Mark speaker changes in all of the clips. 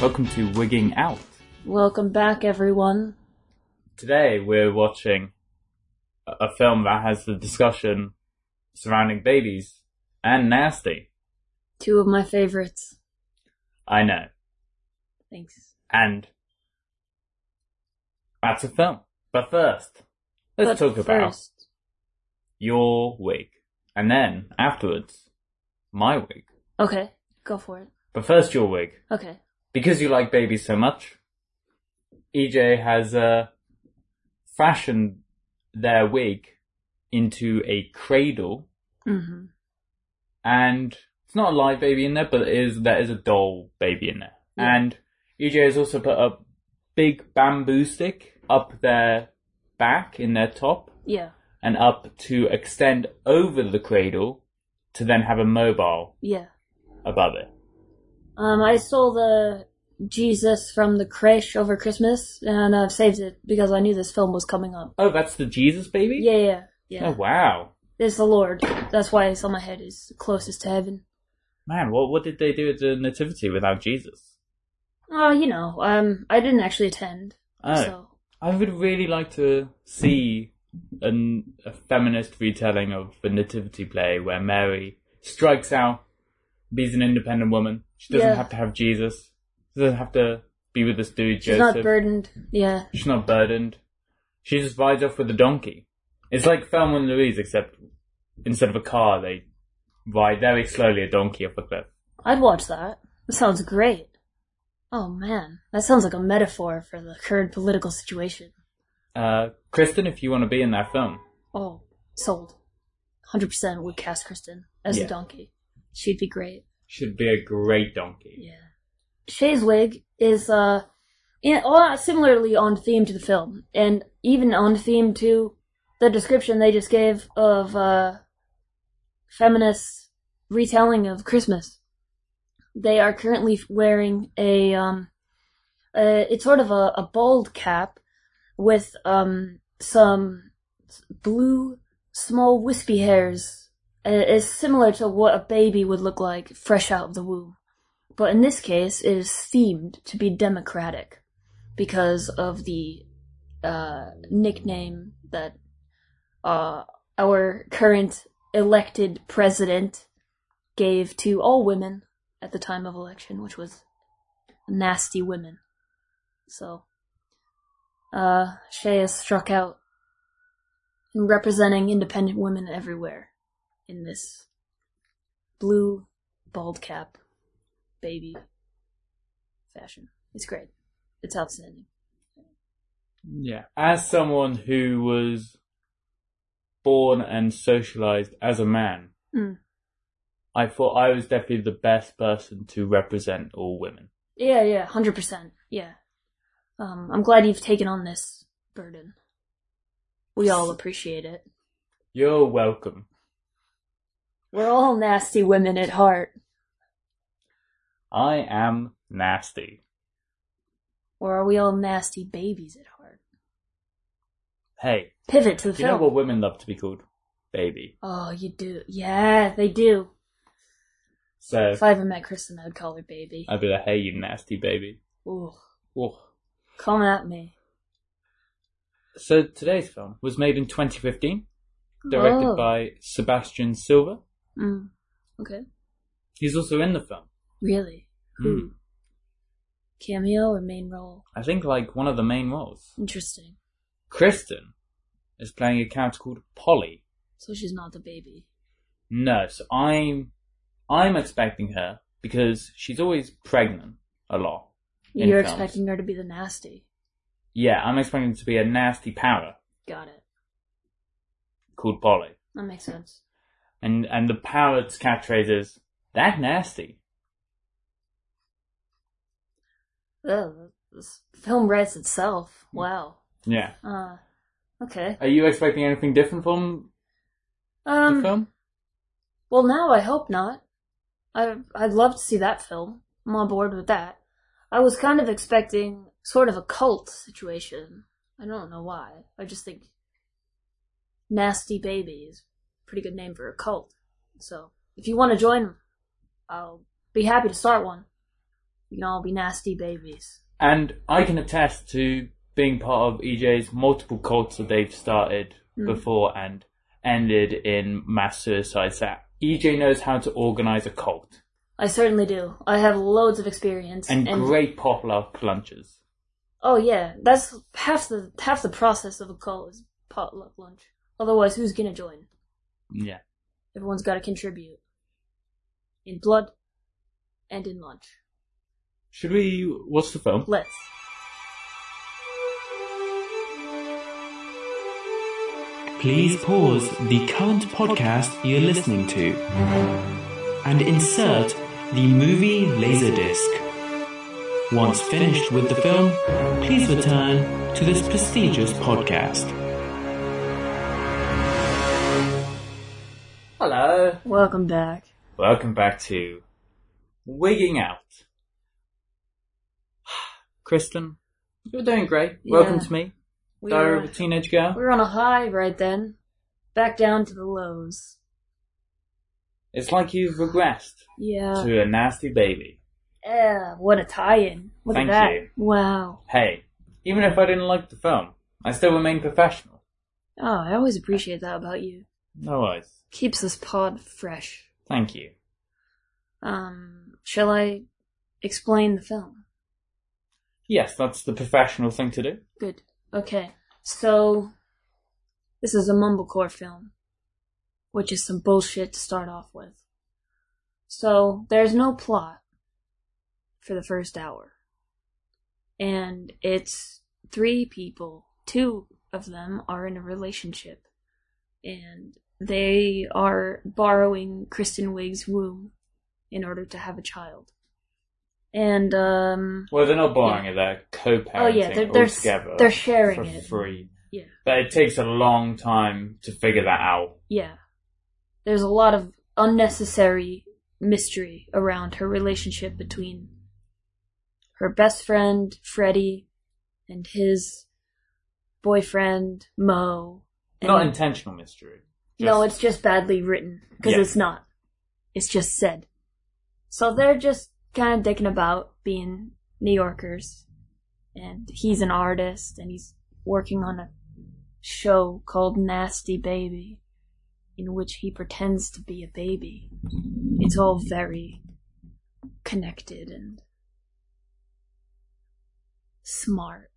Speaker 1: welcome to Wigging Out.
Speaker 2: Welcome back, everyone.
Speaker 1: Today we're watching a a film that has the discussion surrounding babies and nasty.
Speaker 2: Two of my favorites.
Speaker 1: I know.
Speaker 2: Thanks.
Speaker 1: And that's a film. But first, let's
Speaker 2: But
Speaker 1: talk about
Speaker 2: first-
Speaker 1: your week. And then afterwards, my week.
Speaker 2: Okay, go for it.
Speaker 1: But first your week.
Speaker 2: Okay.
Speaker 1: Because you like babies so much, EJ has uh, fashioned their wig into a cradle,
Speaker 2: hmm
Speaker 1: and it's not a live baby in there, but it is there is a doll baby in there.
Speaker 2: Yeah.
Speaker 1: And EJ has also put a big bamboo stick up their back in their top
Speaker 2: Yeah.
Speaker 1: and up to extend over the cradle to then have a mobile
Speaker 2: Yeah.
Speaker 1: above it.
Speaker 2: Um, I stole the Jesus from the creche over Christmas, and I've saved it because I knew this film was coming up.
Speaker 1: Oh, that's the Jesus baby?
Speaker 2: Yeah, yeah, yeah.
Speaker 1: Oh, wow.
Speaker 2: It's the Lord. That's why it's on my head. It's closest to heaven.
Speaker 1: Man, what what did they do at the nativity without Jesus?
Speaker 2: Oh, you know, um, I didn't actually attend,
Speaker 1: Oh,
Speaker 2: so
Speaker 1: I would really like to see an, a feminist retelling of the nativity play where Mary strikes out, be's an independent woman. She doesn't
Speaker 2: Yeah.
Speaker 1: have to have Jesus. She doesn't have to be with this dude
Speaker 2: she's
Speaker 1: Joseph.
Speaker 2: not burdened. Yeah,
Speaker 1: She's not burdened. She just rides off with a donkey. It's like Thelma and Louise, except instead of a car, they ride very slowly a donkey up a cliff.
Speaker 2: I'd watch that. That sounds great. Oh man, that sounds like a metaphor for the current political situation.
Speaker 1: Uh, Kristen, if you want to be in that film,
Speaker 2: Oh, sold. 100% would cast Kristen as
Speaker 1: Yeah.
Speaker 2: a donkey. She'd be great.
Speaker 1: should be a great donkey.
Speaker 2: Yeah. Shay's wig is, uh, in, uh, similarly on theme to the film, and even on theme to the description they just gave of, uh, feminist retelling of Christmas. They are currently wearing a, um, uh, it's sort of a, a bald cap with, um, some blue, small, wispy hairs. Uh, It's similar to what a baby would look like fresh out of the womb but in this case it is themed to be democratic because of the uh, nickname that uh, our current elected president gave to all women at the time of election, which was nasty women. So, uh, Shay has struck out in representing independent women everywhere in this blue bald cap baby fashion. It's great. It's outstanding.
Speaker 1: Yeah. As someone who was born and socialized as a man,
Speaker 2: Mm.
Speaker 1: I thought I was definitely the best person to represent all women.
Speaker 2: Yeah, yeah, hundred percent. Yeah. Um, I'm glad you've taken on this burden. We all appreciate it.
Speaker 1: You're welcome.
Speaker 2: We're all nasty women at heart.
Speaker 1: I am nasty.
Speaker 2: Or are we all nasty babies at heart?
Speaker 1: Hey,
Speaker 2: Pivot to the
Speaker 1: do you know
Speaker 2: film.
Speaker 1: what women love to be called? Baby.
Speaker 2: oh, you do. Yeah, they do.
Speaker 1: So
Speaker 2: If I ever met Kristen, I would call her baby.
Speaker 1: I'd be like, hey, you nasty baby.
Speaker 2: Ooh,
Speaker 1: Ooh.
Speaker 2: come at me.
Speaker 1: So today's film was made in 2015, directed
Speaker 2: Oh.
Speaker 1: by Sebastian Silva.
Speaker 2: Mm. Okay.
Speaker 1: He's also in the film.
Speaker 2: Really? Who? Cameo or main role?
Speaker 1: I think like one of the main roles.
Speaker 2: Interesting.
Speaker 1: Kristen is playing a character called Polly.
Speaker 2: So she's not the baby.
Speaker 1: No, so I'm I'm expecting her because she's always pregnant a lot. in
Speaker 2: You're
Speaker 1: films.
Speaker 2: expecting her to be the nasty.
Speaker 1: Yeah, I'm expecting her to be a nasty power
Speaker 2: Got it.
Speaker 1: called Polly.
Speaker 2: That makes sense.
Speaker 1: And and the parrot's catchphrase is that nasty.
Speaker 2: Ugh, this film writes itself.
Speaker 1: Hmm.
Speaker 2: Wow.
Speaker 1: Yeah.
Speaker 2: Uh, okay.
Speaker 1: Are you expecting anything different from the
Speaker 2: Um.
Speaker 1: film?
Speaker 2: Well, now I hope not. I I'd love to see that film. I'm on board with that. I was kind of expecting sort of a cult situation. I don't know why. I just think nasty baby is a pretty good name for a cult. So if you want to join, I'll be happy to start one. We can all be nasty babies.
Speaker 1: And I can attest to being part of EJ's multiple cults that they've started before and ended in mass suicides. That EJ knows how to organize a cult
Speaker 2: I certainly do. I have loads of experience.
Speaker 1: and, great popular lunches.
Speaker 2: oh yeah, that's half the half the process of a cult is potluck lunch. Otherwise, who's gonna join?
Speaker 1: Yeah.
Speaker 2: Everyone's got to contribute in blood and in lunch.
Speaker 1: Should we? What's the film?
Speaker 2: Let's.
Speaker 3: Please pause the current podcast you're listening to and insert the movie Laserdisc. Once finished with the film, please return to this prestigious podcast.
Speaker 1: Hello.
Speaker 2: Welcome back.
Speaker 1: Welcome back to Wigging Out. Kristen, you're doing great. Welcome
Speaker 2: Yeah.
Speaker 1: to me,
Speaker 2: We
Speaker 1: Diary
Speaker 2: were,
Speaker 1: of a Teenage Girl.
Speaker 2: we were on a high right then, back down to the lows.
Speaker 1: It's like you've regressed
Speaker 2: Yeah.
Speaker 1: to a nasty baby.
Speaker 2: Yeah. What a tie-in. Look
Speaker 1: Thank
Speaker 2: at that.
Speaker 1: you.
Speaker 2: Wow.
Speaker 1: Hey, even if I didn't like the film, I still remain professional.
Speaker 2: Oh, I always appreciate that about you.
Speaker 1: No worries.
Speaker 2: Keeps this pod fresh.
Speaker 1: Thank you.
Speaker 2: Um, shall I explain the film?
Speaker 1: Yes, that's the professional thing to do.
Speaker 2: Good. Okay. So, this is a mumblecore film, which is some bullshit to start off with. So, there's no plot for the first hour. And it's three people. Two of them are in a relationship. And they are borrowing Kristen Wiig's womb in order to have a child. And, um,
Speaker 1: Well, they're not borrowing it; they're co-parenting
Speaker 2: Oh yeah, they're they're,
Speaker 1: all together.
Speaker 2: they're sharing
Speaker 1: for
Speaker 2: it.
Speaker 1: free.
Speaker 2: Yeah,
Speaker 1: But it takes a long time to figure that out.
Speaker 2: yeah. There's a lot of unnecessary mystery around her relationship between her best friend Freddie and his boyfriend Mo. And
Speaker 1: Not intentional mystery. Just-
Speaker 2: no, it's just badly written because
Speaker 1: Yeah.
Speaker 2: it's not. It's just said. So they're just kind of dicking about being New Yorkers, and he's an artist and he's working on a show called Nasty Baby, in which he pretends to be a baby. It's all very connected and smart.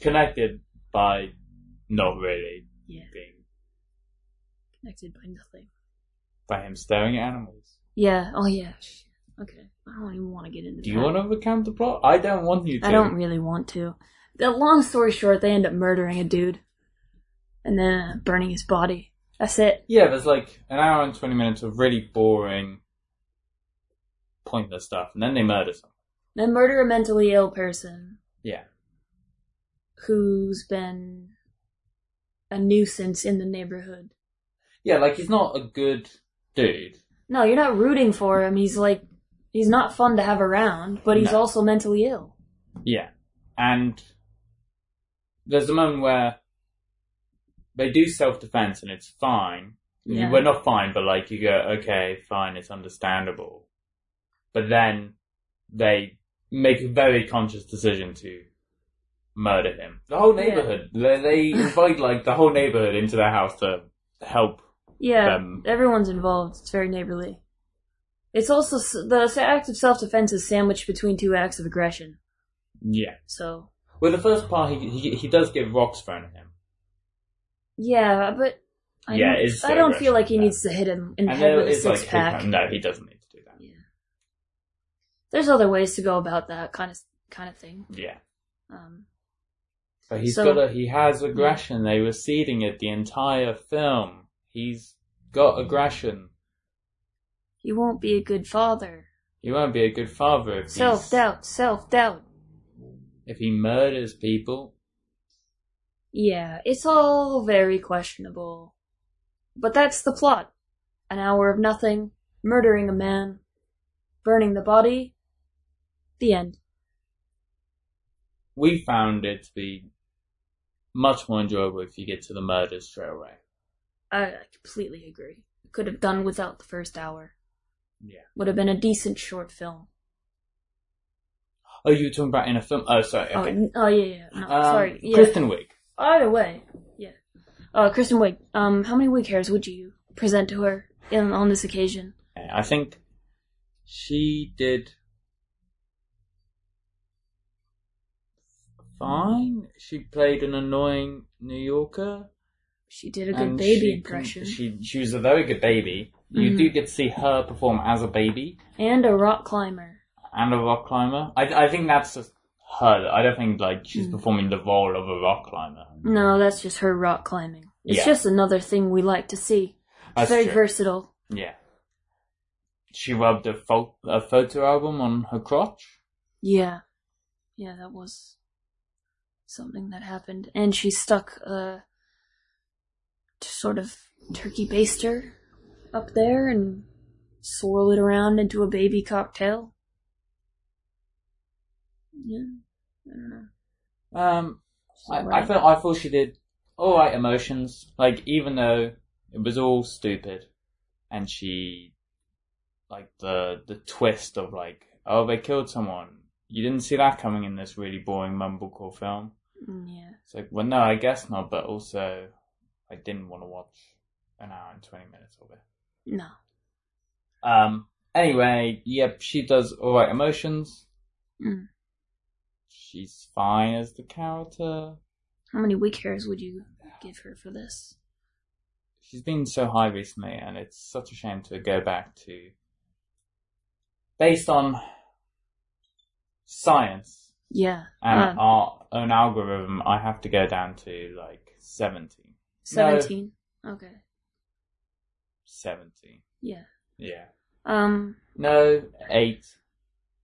Speaker 1: connected by not really
Speaker 2: Yeah,
Speaker 1: being
Speaker 2: connected by nothing.
Speaker 1: by him staring at animals.
Speaker 2: Yeah. Oh yeah. Shit. Okay. I don't even want to get into.
Speaker 1: Do you
Speaker 2: that.
Speaker 1: want to recount the plot? I don't want you to.
Speaker 2: I don't really want to. The long story short, they end up murdering a dude, and then uh, burning his body. That's it.
Speaker 1: Yeah, there's like an hour and twenty minutes of really boring, pointless stuff, and then they murder someone.
Speaker 2: They murder a mentally ill person
Speaker 1: Yeah,
Speaker 2: who's been a nuisance in the neighborhood.
Speaker 1: yeah, like he's not a good dude.
Speaker 2: No, you're not rooting for him. He's like, he's not fun to have around, but he's
Speaker 1: No.
Speaker 2: also mentally ill.
Speaker 1: Yeah, and there's a moment where they do self-defense, and it's fine.
Speaker 2: Yeah.
Speaker 1: Well, not fine, but like you go, okay, fine, it's understandable. But then they make a very conscious decision to murder him. The whole
Speaker 2: Yeah.
Speaker 1: neighborhood. They, they invite like the whole neighborhood into their house to help.
Speaker 2: Yeah,
Speaker 1: Um,
Speaker 2: everyone's involved. It's very neighborly. It's also s- the act of self-defense is sandwiched between two acts of aggression.
Speaker 1: Yeah.
Speaker 2: So
Speaker 1: Well, the first part, he he, he does get rocks thrown at him,
Speaker 2: Yeah, but I
Speaker 1: Yeah,
Speaker 2: don't,
Speaker 1: it's so
Speaker 2: I don't feel like he
Speaker 1: aggressive,
Speaker 2: needs to hit him in the
Speaker 1: and
Speaker 2: head
Speaker 1: there
Speaker 2: with a
Speaker 1: is like
Speaker 2: six
Speaker 1: his
Speaker 2: pack.
Speaker 1: hand- no, he doesn't need to do that.
Speaker 2: There's other ways to go about that kind of kind of thing.
Speaker 1: Yeah.
Speaker 2: Um,
Speaker 1: But he's
Speaker 2: So- Hmm.
Speaker 1: got a, he has aggression. They were seeding it the entire film. He's got aggression.
Speaker 2: he won't be a good father.
Speaker 1: He won't be a good father if
Speaker 2: Self
Speaker 1: he's,
Speaker 2: doubt, self doubt.
Speaker 1: if he murders people.
Speaker 2: Yeah, it's all very questionable. But that's the plot. An hour of nothing, murdering a man, burning the body. The end.
Speaker 1: We found it to be much more enjoyable if you get to the murders straight away.
Speaker 2: I, I completely agree. Could have done without the first hour.
Speaker 1: Yeah.
Speaker 2: Would have been a decent short film.
Speaker 1: Oh, you were talking about in a film. Oh, sorry.
Speaker 2: Oh,
Speaker 1: Okay.
Speaker 2: n- oh yeah, yeah. No,
Speaker 1: Um,
Speaker 2: sorry. Yeah.
Speaker 1: Kristen Wiig.
Speaker 2: Either way, yeah. Uh, Kristen Wiig. Um, how many wig hairs would you present to her in, on this occasion?
Speaker 1: I think she did fine. She played an annoying New Yorker.
Speaker 2: She did a good
Speaker 1: and
Speaker 2: baby
Speaker 1: she con-
Speaker 2: impression Mm.
Speaker 1: She she was a very good baby. You do get to see her perform as a baby
Speaker 2: and a rock climber.
Speaker 1: and a rock climber. I I think that's just her. I don't think like she's
Speaker 2: Mm.
Speaker 1: performing the role of a rock climber.
Speaker 2: No, that's just her rock climbing. It's
Speaker 1: Yeah.
Speaker 2: just another thing we like to see.
Speaker 1: That's
Speaker 2: Very
Speaker 1: true.
Speaker 2: versatile.
Speaker 1: Yeah. She rubbed a, fo- a photo album on her crotch.
Speaker 2: Yeah. Yeah, that was something that happened. And she stuck a sort of turkey baster up there and swirled it around into a baby cocktail. Yeah. I don't know.
Speaker 1: Um, I, I
Speaker 2: Right.
Speaker 1: felt I thought she did all right emotions. Like even though it was all stupid, and she like the the twist of like oh they killed someone. You didn't see that coming in this really boring mumblecore film.
Speaker 2: Mm, Yeah.
Speaker 1: It's like well no I guess not, but also I didn't want to watch an hour and twenty minutes of it.
Speaker 2: No.
Speaker 1: Um. Anyway, yep, she does all right emotions.
Speaker 2: Mm.
Speaker 1: She's fine as the character.
Speaker 2: How many wig hairs would you give her for this?
Speaker 1: she's been so high recently, and it's such a shame to go back to. Based on science
Speaker 2: Yeah.
Speaker 1: and
Speaker 2: Uh,
Speaker 1: our own algorithm, I have to go down to like 70.
Speaker 2: 17. Okay.
Speaker 1: 70.
Speaker 2: Yeah.
Speaker 1: Yeah.
Speaker 2: Um,
Speaker 1: No, 8.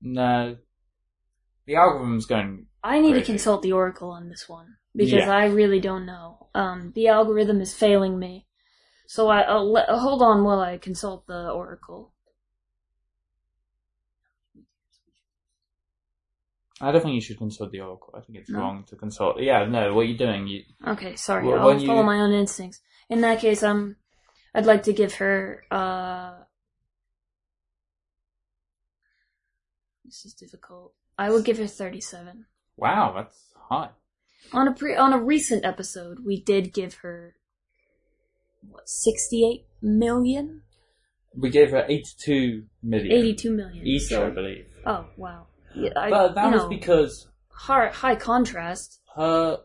Speaker 1: No. The algorithm's going.
Speaker 2: I need to
Speaker 1: Crazy.
Speaker 2: consult the Oracle on this one because
Speaker 1: Yeah.
Speaker 2: I really don't know. Um, the algorithm is failing me, so I I'll le- uh, hold on while I consult the Oracle.
Speaker 1: I don't think you should consult the oracle. I think it's
Speaker 2: No.
Speaker 1: wrong to consult. Yeah, no, what are you doing? You,
Speaker 2: Okay, sorry,
Speaker 1: Well,
Speaker 2: I'll
Speaker 1: when
Speaker 2: follow
Speaker 1: you-
Speaker 2: my own instincts. In that case, um, I'd like to give her uh. This is difficult. I would give her thirty-seven.
Speaker 1: wow, that's high.
Speaker 2: On a pre on a recent episode, we did give her what sixty-eight million,
Speaker 1: We gave her 82 million.
Speaker 2: eighty-two million.
Speaker 1: each,
Speaker 2: so-
Speaker 1: I believe.
Speaker 2: Oh wow! Yeah, I,
Speaker 1: but that
Speaker 2: you
Speaker 1: was
Speaker 2: know,
Speaker 1: because
Speaker 2: high, high contrast.
Speaker 1: her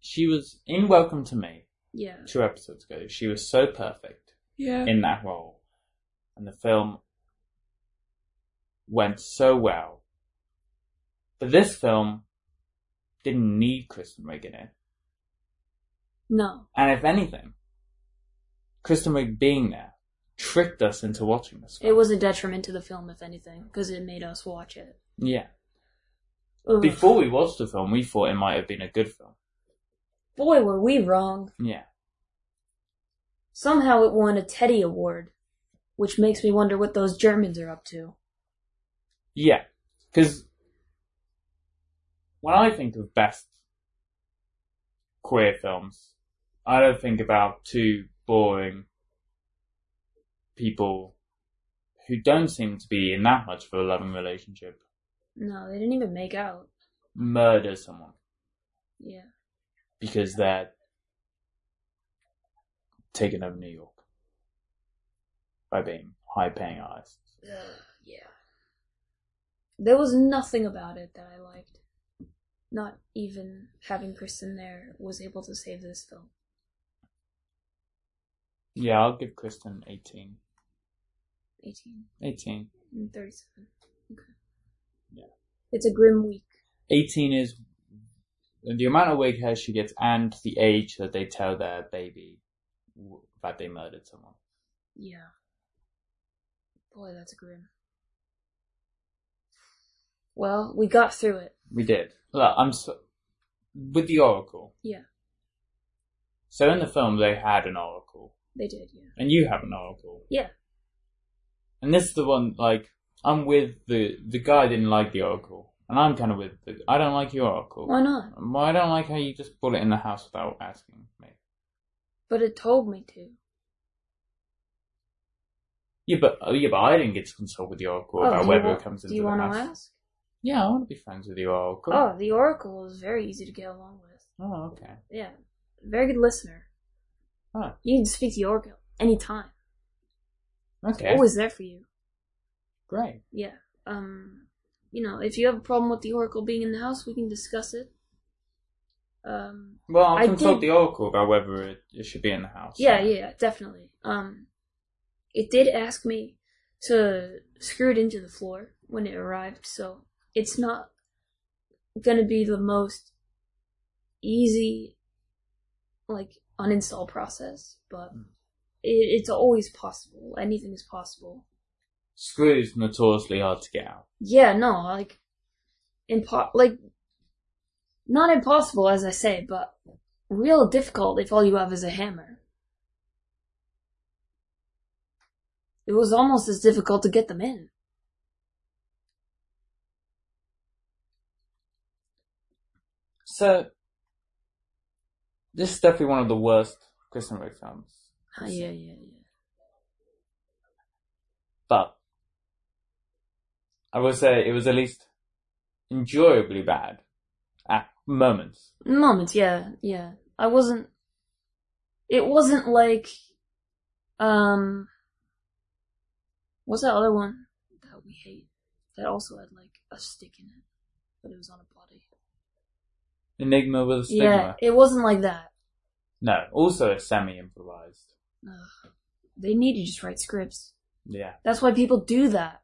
Speaker 1: she was in Welcome to Me
Speaker 2: Yeah,
Speaker 1: two episodes ago. She was so perfect
Speaker 2: yeah,
Speaker 1: in that role, and the film went so well. But this film didn't need Kristen Wiig in it,
Speaker 2: no,
Speaker 1: and if anything, Kristen Wiig being there tricked us into watching this. Film.
Speaker 2: it was a detriment to the film, if anything, because it made us watch it.
Speaker 1: yeah.
Speaker 2: Ugh.
Speaker 1: Before we watched the film, we thought it might have been a good film.
Speaker 2: boy, were we wrong.
Speaker 1: Yeah,
Speaker 2: Somehow it won a Teddy Award, which makes me wonder what those Germans are up to.
Speaker 1: yeah, because when I think of best queer films, I don't think about two boring people who don't seem to be in that much of a loving relationship
Speaker 2: No, they didn't even make out.
Speaker 1: murder someone
Speaker 2: Yeah,
Speaker 1: because they're taking over New York by being high paying artists.
Speaker 2: Ugh, yeah. There was nothing about it that I liked. Not even having Kristen there was able to save this film.
Speaker 1: Yeah, I'll give Kristen 18.
Speaker 2: 18.
Speaker 1: 18.
Speaker 2: And 37. Okay.
Speaker 1: Yeah.
Speaker 2: It's a grim week.
Speaker 1: 18 is the amount of wig hair she gets and the age that they tell their baby w- that they murdered someone.
Speaker 2: Yeah. Boy, that's grim. Well, we got through it.
Speaker 1: We did. Look, I'm so, with the oracle.
Speaker 2: Yeah,
Speaker 1: So in the film, they had an oracle,
Speaker 2: they did, yeah.
Speaker 1: and you have an oracle,
Speaker 2: Yeah.
Speaker 1: and this is the one. Like, I'm with the the guy didn't like the oracle, and I'm kind of with the I don't like your oracle.
Speaker 2: Why not?
Speaker 1: Well, I don't like how you just brought it in the house without asking me.
Speaker 2: But it told me to.
Speaker 1: Yeah, but oh, yeah, but I didn't get to consult with the oracle about
Speaker 2: do you
Speaker 1: whether
Speaker 2: want-
Speaker 1: it comes into
Speaker 2: Oh, Do you
Speaker 1: the
Speaker 2: want
Speaker 1: house.
Speaker 2: to ask?
Speaker 1: Yeah, I want to be friends with you all. Cool.
Speaker 2: Oh, the Oracle is very easy to get along with.
Speaker 1: Oh, okay.
Speaker 2: Yeah, very good listener.
Speaker 1: Huh.
Speaker 2: You can speak to the Oracle anytime.
Speaker 1: Okay.
Speaker 2: Always there for you.
Speaker 1: Great.
Speaker 2: Yeah. Um, you know, if you have a problem with the Oracle being in the house, we can discuss it. Um,
Speaker 1: Well, I'll
Speaker 2: I
Speaker 1: consult
Speaker 2: did-
Speaker 1: the Oracle about whether it, it should be in the house.
Speaker 2: yeah, yeah, definitely. Um, it did ask me to screw it into the floor when it arrived, so it's not gonna be the most easy, like, uninstall process, but it, it's always possible. Anything is possible.
Speaker 1: Screw is notoriously hard to get out.
Speaker 2: Yeah, no, like, impo- like, not impossible as I say, but real difficult if all you have is a hammer. It was almost as difficult to get them in.
Speaker 1: So, this is definitely one of the worst Christian Rick films.
Speaker 2: Oh, yeah, yeah, yeah.
Speaker 1: But, I will say it was at least enjoyably bad at moments.
Speaker 2: Moments, yeah, yeah. I wasn't. It wasn't like, um, what's that other one that we hate that also had like a stick in it, but it was on a body.
Speaker 1: Enigma with a stigma.
Speaker 2: Yeah, it wasn't like that.
Speaker 1: No, also it's semi improvised.
Speaker 2: Ugh. They need to just write scripts.
Speaker 1: Yeah,
Speaker 2: That's why people do that.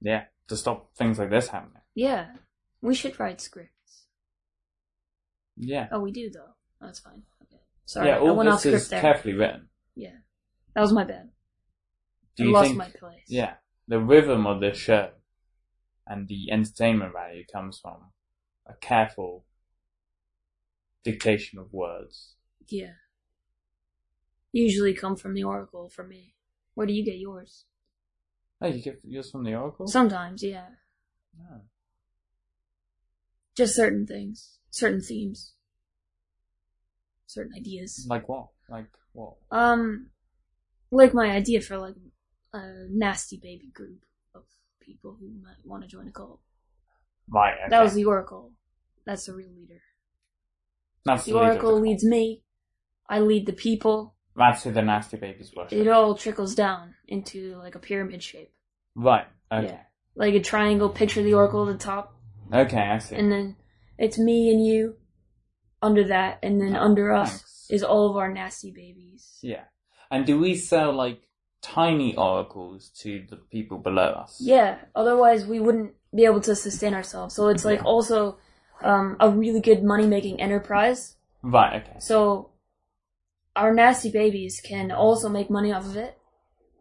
Speaker 1: yeah. To stop things like this happening.
Speaker 2: Yeah, we should write scripts.
Speaker 1: Yeah.
Speaker 2: Oh, we do though. That's fine. Okay. Sorry,
Speaker 1: yeah,
Speaker 2: I
Speaker 1: all
Speaker 2: went
Speaker 1: this
Speaker 2: off script
Speaker 1: is
Speaker 2: there.
Speaker 1: carefully written.
Speaker 2: yeah, that was my bad.
Speaker 1: Do
Speaker 2: I
Speaker 1: you
Speaker 2: lost
Speaker 1: think-
Speaker 2: my place.
Speaker 1: Yeah, the rhythm of this show and the entertainment value comes from a careful dictation of words.
Speaker 2: Yeah. Usually come from the Oracle for me. Where do you get yours?
Speaker 1: Oh, you get yours from the Oracle?
Speaker 2: Sometimes, yeah.
Speaker 1: No.
Speaker 2: Just certain things, certain themes, certain ideas.
Speaker 1: Like what? Like what?
Speaker 2: Um, like my idea for like a nasty baby group of people who might want to join a cult.
Speaker 1: Right, okay.
Speaker 2: That was the Oracle. That's the real leader.
Speaker 1: That's
Speaker 2: The
Speaker 1: leader of
Speaker 2: Oracle
Speaker 1: cult.
Speaker 2: leads me. I lead the people.
Speaker 1: That's who the nasty babies worship.
Speaker 2: It all trickles down into like a pyramid shape.
Speaker 1: Right, okay.
Speaker 2: Yeah. Like a triangle. Picture the Oracle at the top,
Speaker 1: Okay, I see.
Speaker 2: and then it's me and you under that, and then
Speaker 1: Oh,
Speaker 2: under us
Speaker 1: thanks.
Speaker 2: is all of our nasty babies.
Speaker 1: Yeah. And do we sell like tiny oracles to the people below us?
Speaker 2: Yeah, otherwise we wouldn't be able to sustain ourselves. So it's like also um, a really good money making enterprise.
Speaker 1: Right, okay.
Speaker 2: So our nasty babies can also make money off of it.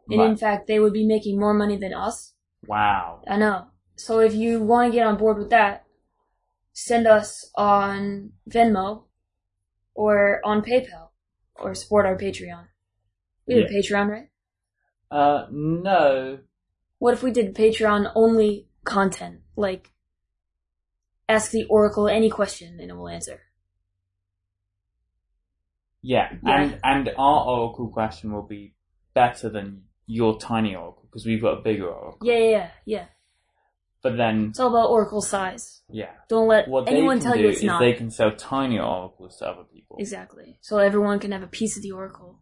Speaker 2: And in
Speaker 1: Right.
Speaker 2: fact, they would be making more money than us.
Speaker 1: Wow.
Speaker 2: I know. So if you want to get on board with that, send us on Venmo or on PayPal or support our Patreon. We have a
Speaker 1: Yeah.
Speaker 2: Patreon, right?
Speaker 1: Uh, no.
Speaker 2: What if we did Patreon only content? Like, ask the Oracle any question and it will answer.
Speaker 1: Yeah,
Speaker 2: Yeah.
Speaker 1: and and our oracle question will be better than your tiny oracle because we've got a bigger oracle.
Speaker 2: Yeah, yeah, yeah, yeah.
Speaker 1: But then,
Speaker 2: It's all about Oracle size.
Speaker 1: yeah,
Speaker 2: Don't let
Speaker 1: what
Speaker 2: anyone
Speaker 1: they can
Speaker 2: tell
Speaker 1: do
Speaker 2: you it's
Speaker 1: is
Speaker 2: not.
Speaker 1: they can sell tiny oracles to other people.
Speaker 2: Exactly. So everyone can have a piece of the Oracle.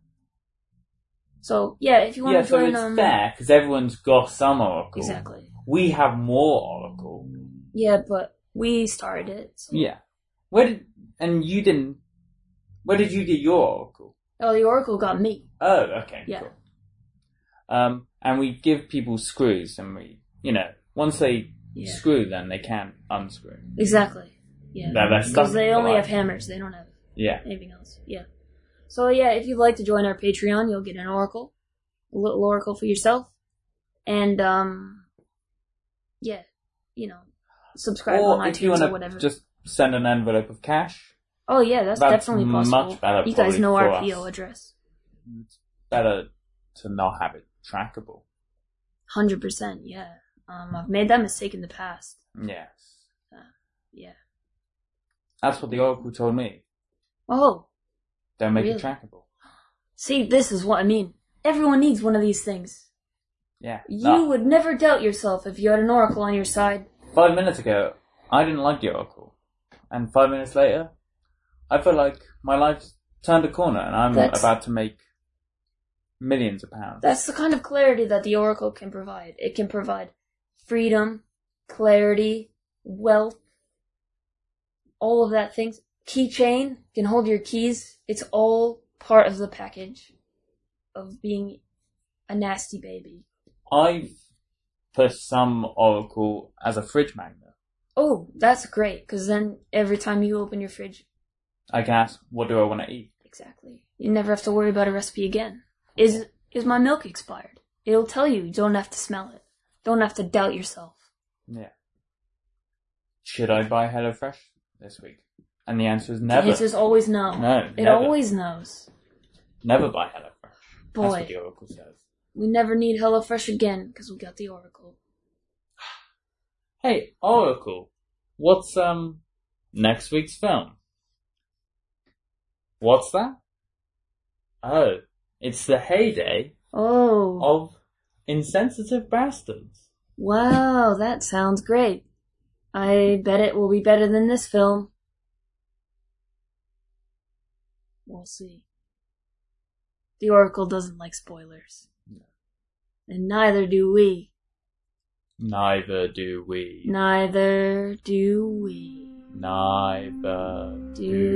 Speaker 2: So, yeah, if you want
Speaker 1: yeah,
Speaker 2: to
Speaker 1: so
Speaker 2: join
Speaker 1: it's
Speaker 2: um,
Speaker 1: fair because everyone's got some oracle.
Speaker 2: Exactly.
Speaker 1: We have more oracle.
Speaker 2: Yeah, but we started it. So.
Speaker 1: Yeah. Where did and you didn't? Where did you get your oracle?
Speaker 2: Oh, the Oracle got me.
Speaker 1: Oh, okay.
Speaker 2: Yeah.
Speaker 1: Cool. Um, and we give people screws, and we, you know, once they
Speaker 2: Yeah.
Speaker 1: screw, then they can unscrew.
Speaker 2: Exactly. Yeah.
Speaker 1: That- that's
Speaker 2: Because they
Speaker 1: something
Speaker 2: only
Speaker 1: like-
Speaker 2: have hammers. They don't have
Speaker 1: Yeah.
Speaker 2: anything else. Yeah. So yeah, if you'd like to join our Patreon, you'll get an oracle, a little oracle for yourself, and um, yeah, you know, subscribe
Speaker 1: or
Speaker 2: on
Speaker 1: if you
Speaker 2: iTunes or
Speaker 1: want
Speaker 2: whatever.
Speaker 1: to just send an envelope of cash,
Speaker 2: oh yeah, that's,
Speaker 1: that's
Speaker 2: definitely possible.
Speaker 1: much better
Speaker 2: you guys
Speaker 1: probably
Speaker 2: know
Speaker 1: for
Speaker 2: our
Speaker 1: us.
Speaker 2: PO address,
Speaker 1: it's better to not have it trackable.
Speaker 2: hundred percent. Yeah. Um, I've made that mistake in the past.
Speaker 1: Yes.
Speaker 2: Yeah.
Speaker 1: That's what the Oracle told me.
Speaker 2: Oh,
Speaker 1: Don't make
Speaker 2: Really?
Speaker 1: it trackable.
Speaker 2: see, this is what I mean. Everyone needs one of these things.
Speaker 1: Yeah.
Speaker 2: You
Speaker 1: That-
Speaker 2: would never doubt yourself if you had an oracle on your side.
Speaker 1: five minutes ago, I didn't like the Oracle. And five minutes later, I feel like my life's turned a corner and I'm
Speaker 2: That's-
Speaker 1: about to make millions of pounds.
Speaker 2: That's the kind of clarity that the Oracle can provide. It can provide freedom, clarity, wealth, all of that things. Keychain can hold your keys. It's all part of the package of being a nasty baby.
Speaker 1: I've pushed some Oracle as a fridge magnet.
Speaker 2: Oh, that's great, because then every time you open your fridge,
Speaker 1: I can ask, what do I want to eat?
Speaker 2: exactly, you never have to worry about a recipe again. Is is my milk expired? It'll tell you. You don't have to smell it. Don't have to doubt yourself.
Speaker 1: Yeah. Should I buy HelloFresh this week? And the answer is never.
Speaker 2: The answer is always no.
Speaker 1: No,
Speaker 2: It
Speaker 1: never.
Speaker 2: always knows.
Speaker 1: Never buy HelloFresh. That's
Speaker 2: Boy.
Speaker 1: what the Oracle says.
Speaker 2: We never need HelloFresh again because we got the Oracle.
Speaker 1: Hey, Oracle, what's um next week's film? What's that? Oh, it's the heyday
Speaker 2: Oh.
Speaker 1: of insensitive bastards.
Speaker 2: Wow, that sounds great. I bet it will be better than this film. We'll see. The Oracle doesn't like spoilers. And neither do we.
Speaker 1: Neither do we.
Speaker 2: Neither do we.
Speaker 1: Neither
Speaker 2: Do